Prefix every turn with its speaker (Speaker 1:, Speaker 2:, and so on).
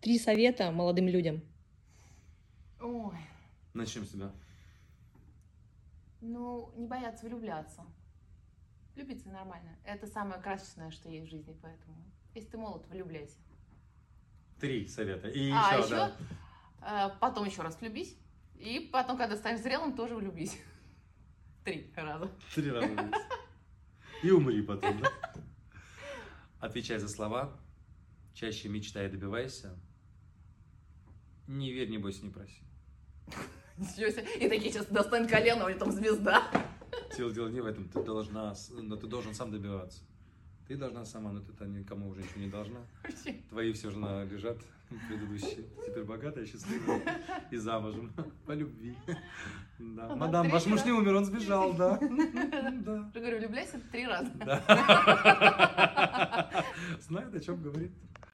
Speaker 1: Три совета молодым людям.
Speaker 2: Ой,
Speaker 3: Начнем с себя.
Speaker 2: ну, не бояться влюбляться. Влюбиться нормально. Это самое красочное, что есть в жизни, поэтому... Если ты молод, влюбляйся.
Speaker 3: Три совета. И
Speaker 2: а
Speaker 3: еще,
Speaker 2: еще
Speaker 3: да.
Speaker 2: э, потом еще раз влюбись. И потом, когда станешь зрелым, тоже влюбись. Три раза.
Speaker 3: Три раза. влюбился. И умри потом, да? Отвечай за слова. Чаще мечтай и добивайся. Не верь, не бойся, не проси.
Speaker 2: Ничего себе. И такие сейчас достань колено, у меня там звезда.
Speaker 3: Дело, дело не в этом. Ты должна, с- но ты должен сам добиваться. Ты должна сама, но ты-то никому уже ничего не должна.
Speaker 2: Вообще.
Speaker 3: Твои все же на- лежат предыдущие. Теперь богатая, счастливая и замужем. По любви. Да.
Speaker 2: Она
Speaker 3: Мадам, ваш муж не умер, он сбежал, да. Да.
Speaker 2: Я говорю, влюбляйся три раза.
Speaker 3: Да. Знает, о чем говорит.